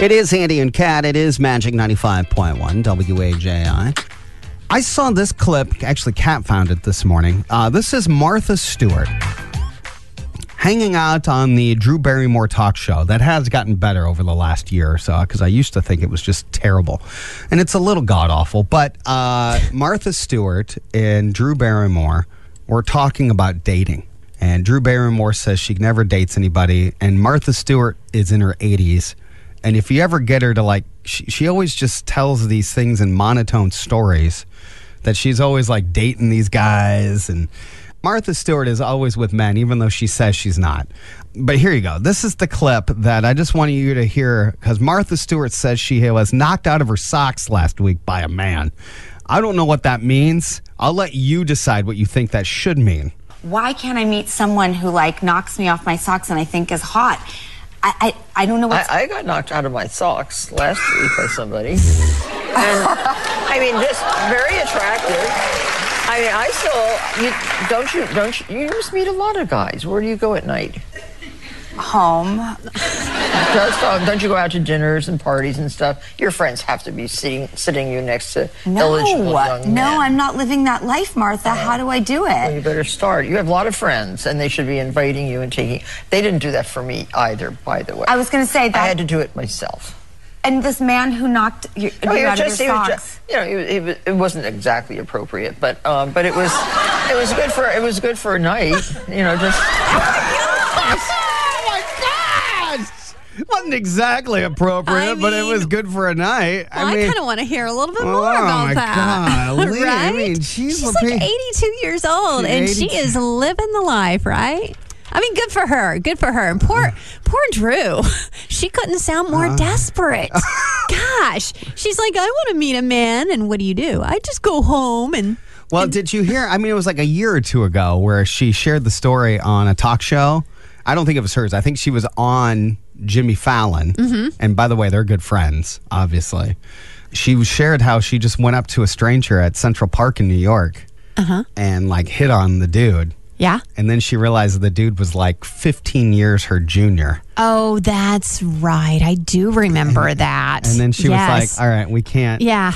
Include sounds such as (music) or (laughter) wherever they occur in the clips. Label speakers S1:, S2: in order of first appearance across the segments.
S1: It is Andy and Kat. It is Magic 95.1 WAJI. I saw this clip, actually, Kat found it this morning. Uh, this is Martha Stewart hanging out on the Drew Barrymore talk show that has gotten better over the last year or so because I used to think it was just terrible. And it's a little god awful, but uh, Martha Stewart and Drew Barrymore were talking about dating. And Drew Barrymore says she never dates anybody, and Martha Stewart is in her 80s. And if you ever get her to like, she, she always just tells these things in monotone stories that she's always like dating these guys. And Martha Stewart is always with men, even though she says she's not. But here you go. This is the clip that I just wanted you to hear because Martha Stewart says she was knocked out of her socks last week by a man. I don't know what that means. I'll let you decide what you think that should mean.
S2: why can't I meet someone who like knocks me off my socks and I think is hot? I I, I don't know what's
S3: I, I got knocked out of my socks last week by somebody. And I mean, this very attractive. I mean, I still you don't you don't you, you just meet a lot of guys. Where do you go at night?
S2: home.
S3: Just, um, don't you go out to dinners and parties and stuff? Your friends have to be sitting sitting you next to
S2: No,
S3: eligible young men.
S2: no, I'm not living that life, Martha. How do I do
S3: Well,
S2: it?
S3: you better start. You have a lot of friends, and they should be inviting you and taking. They didn't do that for me either, by the way.
S2: I was going to say
S3: I had
S2: that.
S3: to do it myself.
S2: and this man who knocked you,
S3: No,
S2: you
S3: he
S2: out
S3: was
S2: of your
S3: Oh,
S2: socks.
S3: just, he was just, you know, he was, he was, it wasn't exactly appropriate, but um, but it was, it was good for it was good for a night, you know, just.
S1: Oh my gosh! Wasn't exactly appropriate,
S4: I
S1: but it was
S4: mean-
S1: good for a night.
S4: Well, I, kind of want to hear a little bit more
S1: Oh,
S4: about
S1: my
S4: that. (laughs)
S1: golly.
S4: right?
S1: I mean, she's a
S4: like
S1: big-
S4: 82 years old
S1: She's
S4: and she
S1: 82.
S4: is living the life, right? I mean, good for her. Good for her. And
S1: Uh.
S4: poor, poor Drew. (laughs) She couldn't sound more
S1: (laughs)
S4: desperate. Gosh, she's like, I want to meet a man, and what do you do? I just go home and
S1: Well, did you hear? I mean, it was like a year or two ago where she shared the story on a talk show. I don't think it was hers. I think she was on Jimmy Fallon.
S4: Mm-hmm.
S1: And by the way, they're good friends, obviously. She shared how she just went up to a stranger at Central Park in New York and like hit on the dude.
S4: Uh-huh. yeah.
S1: And then she realized the dude was like 15 years her junior.
S4: Oh, that's right. I do remember that.
S1: And then she
S4: Yes.
S1: was like, all right, we can't.
S4: yeah.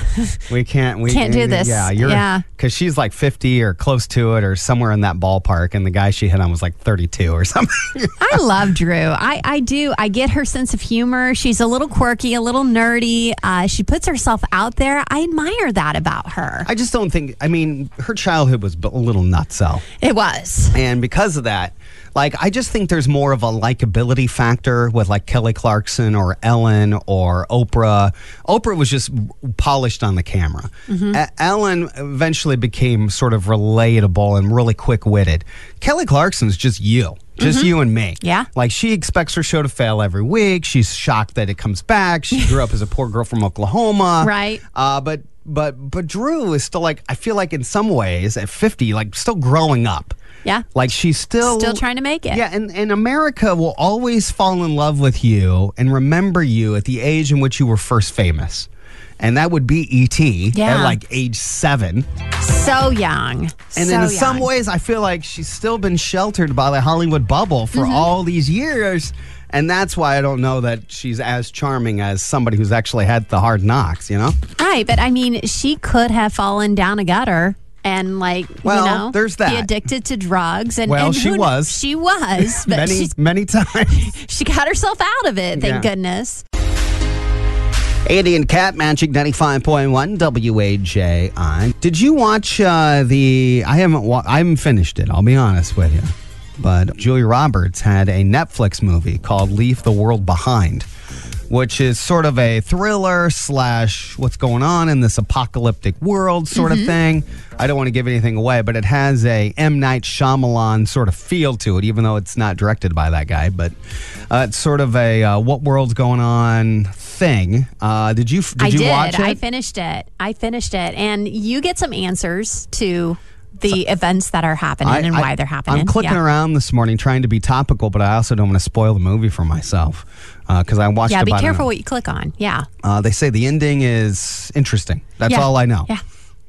S1: We can't. We
S4: (laughs) Can't do this.
S1: Yeah, you're.
S4: Yeah.
S1: Because she's like 50 or close to it, or somewhere in that ballpark, and the guy she hit on was like 32 or (laughs) something.
S4: I love Drew. I, I do. I get her sense of humor. She's a little quirky, a little nerdy. Uh, she puts herself out there. I admire that about her.
S1: I just don't think. I mean, her childhood was b- a little nutso,
S4: It was.
S1: and because of that, like I just think there's more of a likability factor with like Kelly Clarkson or Ellen or Oprah. Oprah was just polished on the camera.
S4: Mm-hmm.
S1: E- Ellen eventually became sort of relatable and really quick witted. Kelly Clarkson's just you. Just you and me.
S4: Mm-hmm. Yeah.
S1: Like she expects her show to fail every week. She's shocked that it comes back.
S4: (laughs)
S1: She grew up as a poor girl from Oklahoma.
S4: Right.
S1: Uh, but but but Drew is still like I feel like in some ways at 50 like still growing up.
S4: Yeah.
S1: Like she's still
S4: Still trying to make it.
S1: Yeah, and and America will always fall in love with you and remember you at the age in which you were first famous. And that would be E.T. at
S4: Yeah.
S1: like age seven.
S4: So young.
S1: And
S4: so
S1: in
S4: young.
S1: some ways, I feel like she's still been sheltered by the Hollywood bubble for
S4: Mm-hmm.
S1: all these years. And that's why I don't know that she's as charming as somebody who's actually had the hard knocks, you know?
S4: Right. But I mean, she could have fallen down a gutter. And like,
S1: Well,
S4: you know,
S1: there's
S4: be
S1: that.
S4: addicted to drugs. And
S1: Well,
S4: and
S1: she
S4: who kn-
S1: was.
S4: She was, but
S1: many,
S4: she
S1: many (laughs) times.
S4: she got herself out of it. Thank
S1: Yeah.
S4: goodness.
S1: Andy and Cat Magic 95.1 WAJI. Did you watch uh, the. I haven't, wa- I haven't finished it, I'll be honest with you. But Julia Roberts had a Netflix movie called Leave the World Behind. which is sort of a thriller slash what's going on in this apocalyptic world sort of thing. I don't want to give anything away, but it has a M Night Shyamalan sort of feel to it, even though it's not directed by that guy. But uh, it's sort of a uh, what world's going on thing. Uh, did you f- did
S4: I
S1: you
S4: did.
S1: watch it?
S4: I finished it. I finished it. And you get some answers to the events that are happening and why they're happening.
S1: I'm clicking
S4: Yeah.
S1: around this morning trying to be topical, but I also don't want to spoil the movie for myself because I watched.
S4: Yeah, be
S1: about an-
S4: careful what you click on. Yeah.
S1: Uh, they say the ending is interesting. That's
S4: Yeah.
S1: all I know.
S4: Yeah.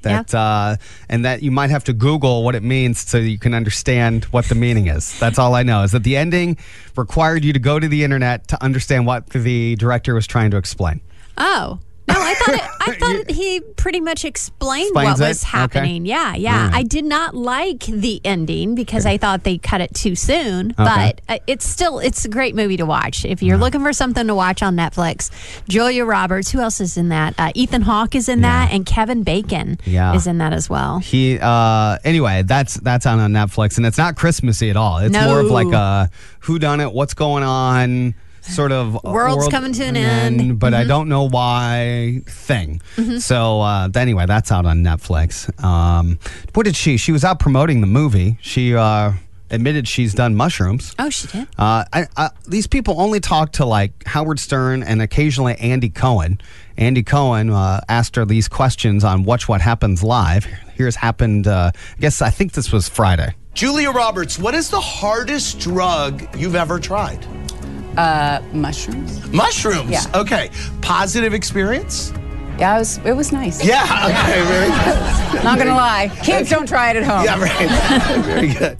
S1: That
S4: Yeah.
S1: uh, and that you might have to Google what it means so you can understand what the meaning is. That's all I know is that the ending required you to go to the internet to understand what the director was trying to explain.
S4: Oh. No, I thought it,
S1: (laughs)
S4: I thought it- he pretty much explained
S1: Explains
S4: what
S1: it?
S4: was
S1: Okay.
S4: happening. Yeah, yeah. I did not like the ending because I thought they cut it too soon. But uh, it's still it's a great movie to watch if
S1: Uh-huh.
S4: you're looking for something to watch on Netflix. Julia Roberts, who else is in that? Uh, Ethan Hawke is in that, and Kevin Bacon
S1: Yeah.
S4: is in that as well.
S1: He uh anyway, that's that's on, on Netflix and it's not Christmassy at all. It's
S4: No.
S1: more of like a who done it, what's going on sort of uh,
S4: World's coming to an end. Mm-hmm.
S1: but I don't know why thing. So uh anyway, that's out on Netflix. Um what did she she was out promoting the movie. She uh admitted she's done mushrooms.
S4: Oh, she did.
S1: Uh, I, I, these people only talk to like Howard Stern and occasionally Andy Cohen. Andy Cohen uh, asked her these questions on Watch What Happens Live. Here's happened. Uh, I guess I think this was Friday.
S5: Julia Roberts, what is the hardest drug you've ever tried?
S6: Uh, Mushrooms?
S5: Mushrooms.
S6: Yeah.
S5: Okay. Positive experience?
S6: Yeah, it was, it was nice.
S5: Yeah. Okay. Very good.
S6: Not gonna lie. Kids don't try it at home.
S5: Yeah. Right. very good.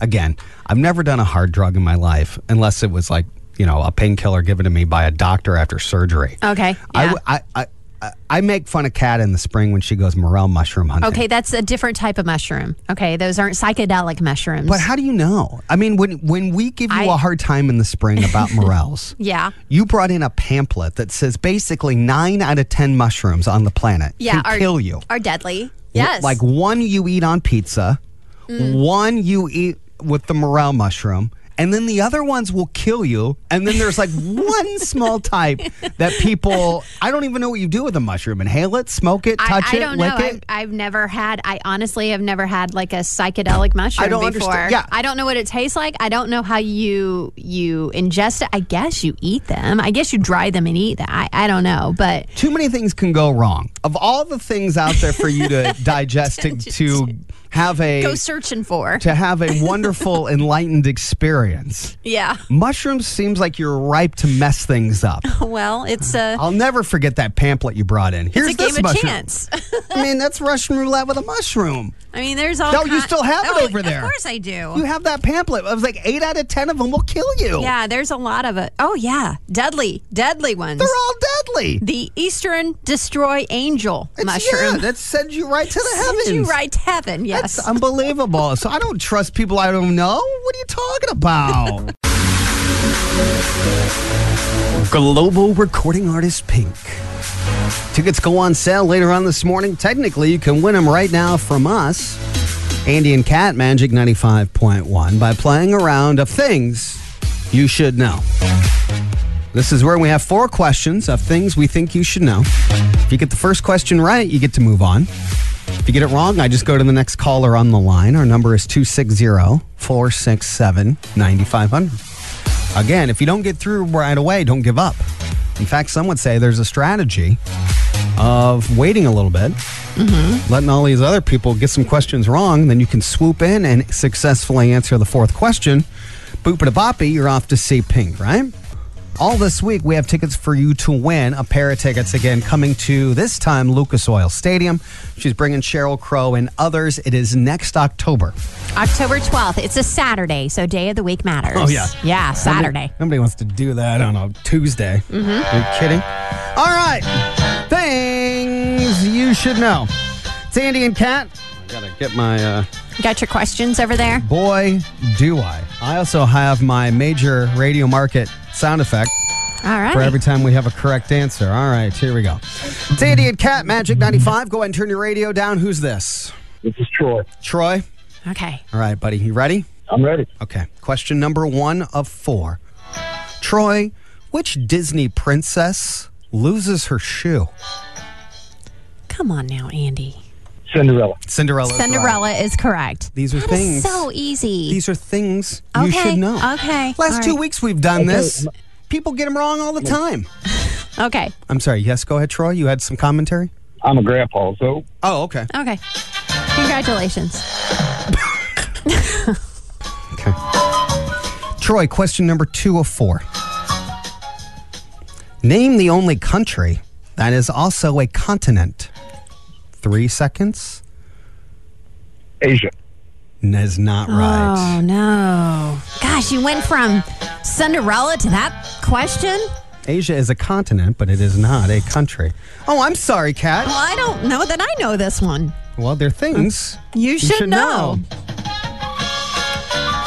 S1: Again, I've never done a hard drug in my life unless it was like you know a painkiller given to me by a doctor after surgery.
S4: Okay,
S1: I
S4: yeah.
S1: w- I, I, I, I make fun of Kat in the spring when she goes morel mushroom hunting.
S4: Okay, that's a different type of mushroom. Okay, those aren't psychedelic mushrooms.
S1: But how do you know? I mean, when when we give you a
S4: I-
S1: hard time in the spring
S4: (laughs)
S1: about morels,
S4: Yeah.
S1: you brought in a pamphlet that says basically nine out of ten mushrooms on the planet can
S4: yeah, are,
S1: kill you.
S4: Are deadly. Yes. Mm.
S1: like one you eat on pizza, one you eat with the morel mushroom. And then the other ones will kill you. And then
S4: (laughs)
S1: there's like one small type that people, I don't even know what you do with a mushroom. Inhale it, smoke it, touch it,
S4: I, I don't
S1: lick
S4: know.
S1: it.
S4: I've, I've never had. I honestly have never had like a psychedelic mushroom
S1: don't
S4: before.
S1: understand- yeah.
S4: I don't know what it tastes like. I don't know how you you ingest it. I guess you eat them. I guess you dry them and eat them. I, I don't know, but
S1: too many things can go wrong. Of all the things out there for you
S4: (laughs)
S1: to digest to, to have a
S4: go searching for.
S1: to have a
S4: (laughs)
S1: wonderful enlightened experience.
S4: yeah. (laughs)
S1: Mushrooms seems like you're ripe to mess things up.
S4: Well, it's a
S1: I'll never forget that pamphlet you brought in. Here's
S4: it's a game
S1: this
S4: of
S1: mushroom.
S4: chance. (laughs)
S1: I mean, that's Russian roulette with a mushroom.
S4: I mean, there's all.
S1: No, you
S4: kin-
S1: still have it
S4: Oh,
S1: over there.
S4: Of course, I do.
S1: You have that pamphlet. I was like, eight out of ten of them will kill you.
S4: Yeah, there's a lot of it. Oh yeah, deadly, deadly ones.
S1: they're all deadly.
S4: the Eastern Destroy Angel
S1: It's-
S4: mushroom.
S1: yeah, that sends you right to the heavens.
S4: Sends you right to heaven. Yes.
S1: That's um, unbelievable. So I don't trust people I don't know. What are you talking about? Global recording artist Pink. Tickets go on sale later on this morning. Technically, you can win them right now from us, Andy and Cat Magic 95.1, by playing a round of things you should know. This is where we have four questions of things we think you should know. If you get the first question right, you get to move on. If you get it wrong, I just go to the next caller on the line. Our number is 260 467 9500. Again, if you don't get through right away, don't give up. In fact, some would say there's a strategy of waiting a little bit, letting all these other people get some questions wrong, then you can swoop in and successfully answer the fourth question. Boop it a boppy, you're off to see pink, right? All this week, we have tickets for you to win. A pair of tickets again coming to this time Lucas Oil Stadium. She's bringing Cheryl Crow and others. It is next October.
S4: October 12th. It's a Saturday, so day of the week matters.
S1: Oh, yeah.
S4: Yeah, Saturday.
S1: Nobody, nobody wants to do that on a Tuesday. Are you kidding? All right. Things you should know. It's Andy and Kat. I gotta get my uh,
S4: You Got your questions over there?
S1: boy, do I. I also have my major radio market sound effect
S4: All right.
S1: for every time we have a correct answer. All right, here we go. It's Andy and Cat Magic 95. Go ahead and turn your radio down. Who's this?
S7: This is Troy.
S1: Troy.
S4: okay.
S1: All right, buddy. You ready?
S7: I'm ready.
S1: Okay. Question number one of four. Troy, which Disney princess loses her shoe?
S4: Come on now, Andy.
S7: Cinderella.
S1: Cinderella. is right.
S4: Cinderella is correct.
S1: These are
S4: That
S1: things.
S4: is so easy.
S1: These are things you
S4: Okay,
S1: should know.
S4: okay,
S1: Last
S4: all
S1: two
S4: right.
S1: weeks we've done this. People get them wrong all the time.
S4: okay.
S1: I'm sorry. Yes, go ahead, Troy. You had some commentary?
S7: I'm a grandpa, so
S1: Oh, okay.
S4: Okay. Congratulations.
S1: Okay. Troy, question number two of four. Name the only country that is also a continent. three seconds
S7: Asia.
S1: N- is not right.
S4: Oh no! Gosh, you went from Cinderella to that question.
S1: Asia is a continent, but it is not a country. Oh, I'm sorry, Kat.
S4: Well, I don't know that I know this one.
S1: Well, they're things
S4: You should know.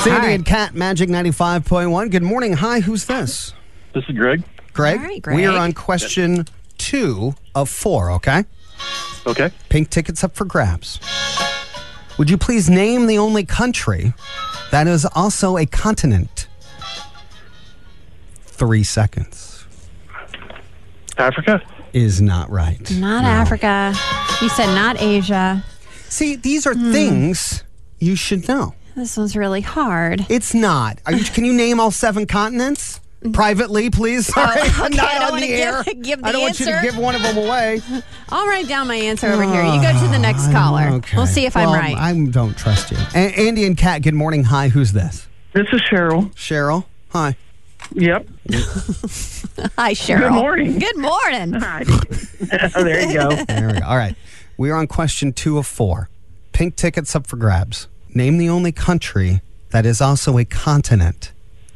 S1: Sandy
S4: All right.
S1: and Cat Magic 95.1. Good morning. Hi, who's this?
S8: This is Greg.
S1: Greg?
S4: All right, Greg.
S1: We are on question two of four, okay?
S8: Okay.
S1: Pink tickets up for grabs. Would you please name the only country that is also a continent? Three seconds
S8: Africa.
S1: is not right.
S4: Not
S1: No.
S4: Africa. You said not Asia.
S1: See, these are
S4: Hmm.
S1: things you should know.
S4: This one's really hard.
S1: It's not. Are you, can you name all seven continents? Privately, please. Sorry,
S4: Oh, okay,
S1: I'm not
S4: I don't
S1: on
S4: wanna
S1: the
S4: give-
S1: air.
S4: (laughs) give
S1: I
S4: the
S1: don't want you to
S4: answer.
S1: give one of them
S4: (laughs)
S1: away.
S4: I'll write down my answer over here. You go to the next caller.
S1: Ah, Okay.
S4: We'll see if
S1: Well,
S4: I'm right.
S1: I don't trust you. A- Andy and Kat, good morning. Hi, who's this?
S9: This is Cheryl.
S1: Cheryl. Hi.
S9: Yep.
S4: Hi, Cheryl. Good
S9: morning.
S4: Good morning.
S9: Hi. (laughs) oh, there you go.
S1: There we go. All right. We're on question two of four. Pink tickets up for grabs. Name the only country that is also a continent.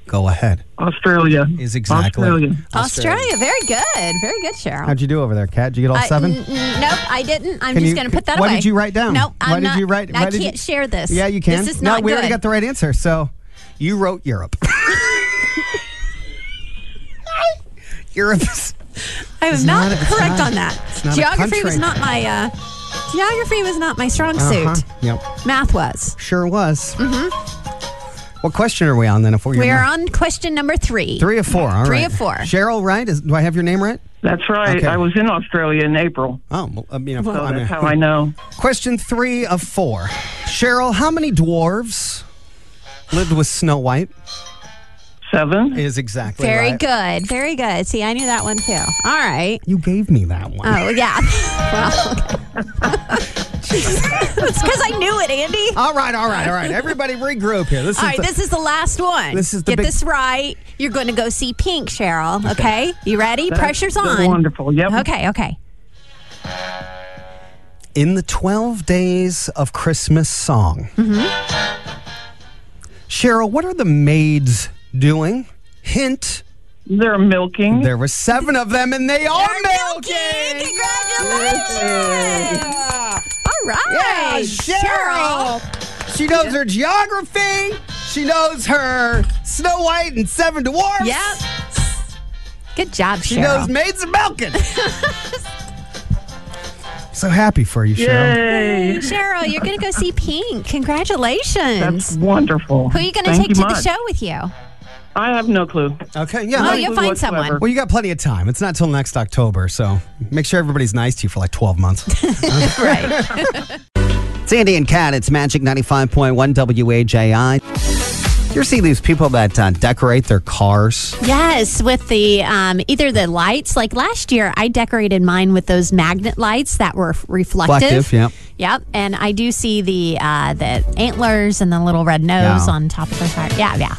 S1: Go ahead.
S9: Australia.
S1: Is exactly.
S9: Australia.
S4: Australia. Very good. Very good, Cheryl.
S1: How'd you do over there, Kat? Did you get all
S4: I-
S1: seven?
S4: n- n- nope, I didn't. I'm
S1: Can
S4: just
S1: you-
S4: going to put that
S1: what
S4: away.
S1: did you write down?
S4: No,
S1: Why
S4: I'm
S1: did
S4: not-
S1: you write-
S4: I
S1: why did
S4: can't
S1: you-
S4: share this.
S1: Yeah, you can.
S4: This is
S1: no,
S4: not
S1: we
S4: good.
S1: already got the right answer. So you wrote Europe. (laughs) Europe is
S4: I was
S1: It's
S4: not,
S1: not a- it's
S4: correct
S1: not-
S4: on that.
S1: it's not a
S4: geography was
S1: country.
S4: not my uh, geography was not my strong suit.
S1: Uh-huh. Yep,
S4: Math was.
S1: sure was. Mm-hmm. What question are we on then? If we're
S4: We are on question number three.
S1: three of four. All
S4: Three
S1: right.
S4: of four.
S1: Cheryl, right? Is, do I have your name right?
S9: That's right.
S1: Okay.
S9: I was in Australia in April.
S1: Oh, well, I mean, of
S9: So
S1: course, I mean-
S9: that's how I know.
S1: Question three of four. Cheryl, how many dwarves lived with Snow White?
S9: Seven.
S1: Is exactly
S4: Very
S1: right.
S4: good. Very good. See, I knew that one too. All right.
S1: You gave me that one. (laughs)
S4: Oh yeah. well, (laughs) okay. it's because I knew it, Andy.
S1: All right, all right, all right. Everybody regroup here. This
S4: All
S1: is
S4: right,
S1: the-
S4: this is the last one.
S1: This is the
S4: Get
S1: big-
S4: this right. You're going to go see Pink, Cheryl. Okay, you ready? Pressure's
S9: that's
S4: on.
S9: wonderful. Yep.
S4: Okay. Okay.
S1: in the 12 days of Christmas song.
S4: Mm-hmm.
S1: Cheryl, what are the maids doing? Hint,
S9: They're milking.
S1: there were seven of them and they are milking.
S4: Congratulations! All right,
S1: Yeah, Cheryl. She knows her geography. She knows her Snow White and Seven Dwarfs.
S4: Yep. Good job,
S1: She
S4: Cheryl.
S1: knows maids of
S4: (laughs)
S1: milking. so happy for you, Cheryl.
S9: Yay.
S4: Cheryl, you're going to go see Pink. Congratulations.
S9: That's wonderful.
S4: Who are you going to
S9: Thank
S4: take to the
S9: much.
S4: show with you?
S9: I have no clue.
S1: Okay, yeah.
S4: Oh,
S1: no,
S4: you'll
S9: clue
S4: find
S9: whatsoever.
S4: someone.
S1: Well, you got plenty of time. It's not till next October, so make sure everybody's nice to you for like 12 months.
S4: Right.
S1: (laughs) it's Andy and Kat. It's Magic 95.1 WAJI. You ever see these people that uh, decorate their cars?
S4: yes, with the um, either the lights. Like last year, I decorated mine with those magnet lights that were f- reflective.
S1: Reflective, yep.
S4: Yep. And I do see the uh, the antlers and the little red nose
S1: Yeah.
S4: on top of the car. Yeah, yeah.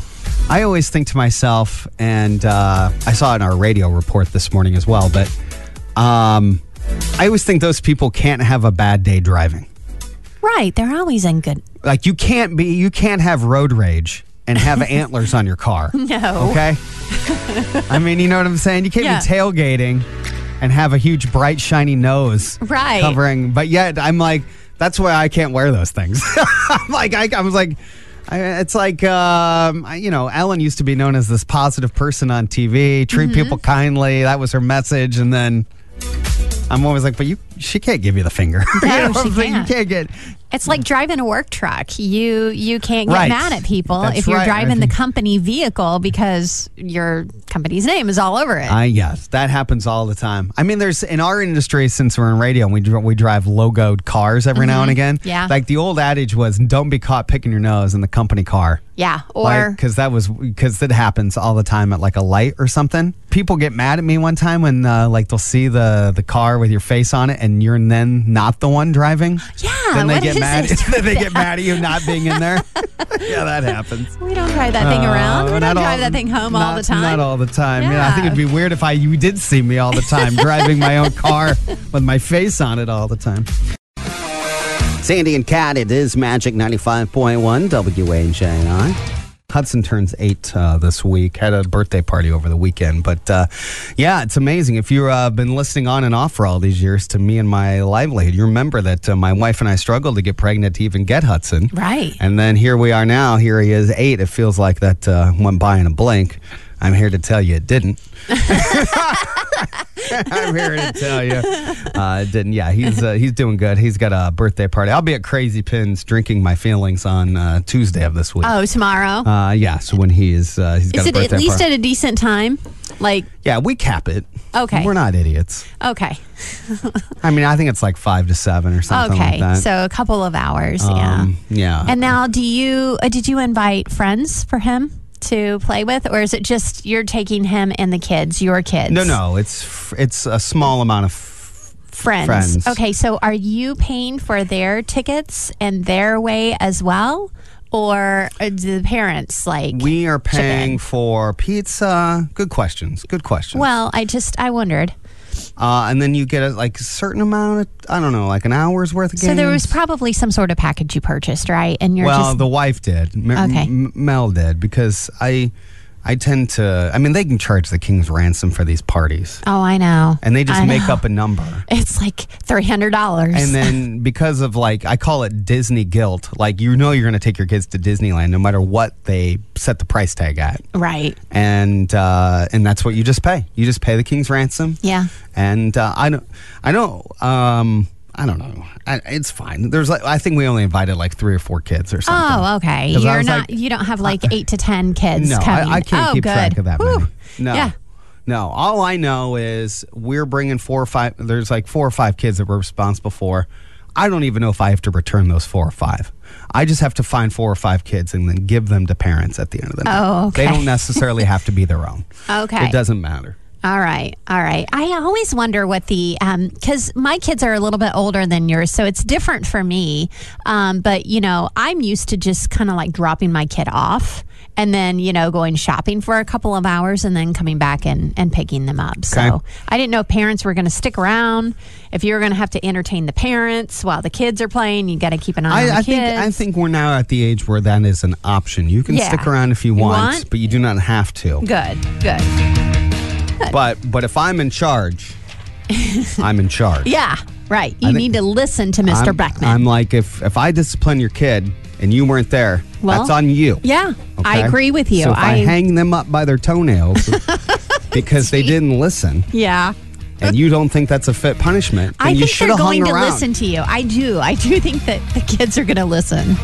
S1: I always think to myself, and uh, I saw it in our radio report this morning as well, but um, I always think those people can't have a bad day driving.
S4: Right. They're always in good.
S1: Like you can't be, you can't have road rage and
S4: (laughs)
S1: have antlers on your car.
S4: No.
S1: Okay. I mean, you know what I'm saying? You can't
S4: Yeah.
S1: be tailgating and have a huge, bright, shiny nose
S4: Right.
S1: covering. But yet, I'm like, that's why I can't wear those things. (laughs) I'm like, I, I was like, I, it's like, um, I, you know, Ellen used to be known as this positive person on TV, treat
S4: Mm-hmm.
S1: people kindly. That was her message. And then. I'm always like, but you, she can't give you the finger. (laughs) You
S4: No,
S1: know what
S4: she
S1: I'm saying?
S4: can't.
S1: You can't get.
S4: It's like driving a work truck. You you can't get
S1: Right.
S4: mad at people
S1: That's
S4: if you're
S1: right.
S4: driving the company vehicle because your company's name is all over it.
S1: I yes, that happens all the time. I mean, there's in our industry since we're in radio, and we dr- we drive logoed cars every now and again.
S4: Mm-hmm. Yeah.
S1: like the old adage was, "Don't be caught picking your nose in the company car."
S4: yeah,
S1: Like, uh,
S4: or
S1: 'cause that was because that happens all the time at like a light or something. People get mad at me one time when uh, like they'll see the the car with your face on it, and you're then not the one driving.
S4: Yeah,
S1: then they
S4: what
S1: get
S4: is
S1: mad.
S4: it
S1: (laughs) then they get mad
S4: (laughs)
S1: at you not being in there. (laughs) yeah, that happens.
S4: we don't drive that thing around.
S1: Uh,
S4: We
S1: not
S4: don't drive
S1: all-
S4: that thing home all
S1: not-
S4: the time.
S1: Not all the time. Yeah. I think
S4: Yeah.
S1: it'd be weird if
S4: (laughs)
S1: I you did see me all the time driving my own car with my face on it all the time. Sandy and Cat, it is Magic 95.1 WAJI. Hudson turns eight uh, this week. Had a birthday party over the weekend, but uh, yeah, it's amazing. If you've uh, been listening on and off for all these years to me and my livelihood, you remember that uh, my wife and I struggled to get pregnant to even get Hudson.
S4: Right.
S1: And then here we are now. Here he is, eight. It feels like that uh, went by in a blink. I'm here to tell you it didn't. (laughs) I'm here to tell you uh, it didn't. Yeah, he's uh, he's doing good. He's got a birthday party. I'll be at Crazy Pins drinking my feelings on uh, Tuesday of this week.
S4: Oh, tomorrow.
S1: Uh, yeah, so when he is, uh, he's got
S4: Is
S1: a
S4: it at
S1: birthday
S4: least
S1: party.
S4: at a decent time? Like,
S1: yeah, we cap it.
S4: Okay.
S1: We're not idiots.
S4: okay.
S1: I mean, I think it's like five to seven or something
S4: okay.
S1: like that.
S4: so a couple of hours.
S1: Um,
S4: yeah.
S1: yeah.
S4: And now, do you, uh, did you invite friends for him to play with? Or is it just you're taking him and the kids, your kids?
S1: no, no, it's f- it's a small amount of f-
S4: Friends.
S1: Friends.
S4: Okay. So are you paying for their tickets and their way as well? Or uh, do the parents like?
S1: We are
S4: chip in?
S1: paying for pizza. Good questions. Good questions.
S4: Well, I just, I wondered.
S1: uh, and then you get a, like a certain amount of I don't know, like an hour's worth of games.
S4: So there was probably some sort of package you purchased, right? And you're
S1: well,
S4: just
S1: the wife did. M-
S4: Okay.
S1: M- Mel did because I I tend to. I mean, they can charge the king's ransom for these parties,
S4: oh, I know.
S1: and they just
S4: I
S1: make
S4: know.
S1: up a number.
S4: (laughs) It's like three hundred dollars.
S1: And then because of like I call it Disney guilt, like you know you're going to take your kids to Disneyland no matter what they set the price tag at.
S4: right.
S1: and uh, and that's what you just pay. You just pay the king's ransom.
S4: Yeah.
S1: And uh, I don't. I know. Um, I don't know. I, it's fine. There's like I think we only invited like three or four kids or something.
S4: Oh, okay.
S1: 'Cause I
S4: You're
S1: was
S4: not.
S1: like-
S4: you don't have like eight to ten kids.
S1: No,
S4: coming.
S1: I, I can't
S4: oh,
S1: keep
S4: good.
S1: track of that
S4: Whew.
S1: many. No.
S4: Yeah.
S1: No, all I know is we're bringing four or five. There's like four or five kids that we're responsible for. I don't even know if I have to return those four or five. I just have to find four or five kids and then give them to parents at the end of the night.
S4: Oh,
S1: They
S4: okay. (laughs)
S1: don't necessarily have to be their own.
S4: Okay.
S1: It doesn't matter.
S4: All right. All right. I always wonder what the um because my kids are a little bit older than yours, so it's different for me. Um, but you know, I'm used to just kind of like dropping my kid off. And then you know, going shopping for a couple of hours, and then coming back and, and picking them up. So
S1: Okay.
S4: I didn't know if parents were going to stick around. If you were going to have to entertain the parents while the kids are playing, you got to keep an eye on the
S1: I, I
S4: Um, kids.
S1: think I think we're now at the age where that is an option. You can
S4: Yeah.
S1: stick around if you
S4: You
S1: want,
S4: want?
S1: but you do not have to.
S4: Good, good.
S1: But but if I'm in
S4: (laughs)
S1: charge, I'm in charge.
S4: Yeah, right. You
S1: think-
S4: need to listen to mister
S1: I'm,
S4: Breckman.
S1: I'm like if if I discipline your kid and you weren't there,
S4: Well,
S1: that's on you.
S4: yeah, I
S1: okay?
S4: agree with you.
S1: So if I,
S4: I-
S1: hang them up by their
S4: (laughs)
S1: toenails because they didn't listen,
S4: yeah.
S1: and you don't think that's a fit punishment, then
S4: I
S1: you
S4: think
S1: should
S4: they're
S1: have hung
S4: going to
S1: around.
S4: listen to you. I do. I do think that the kids are going to listen.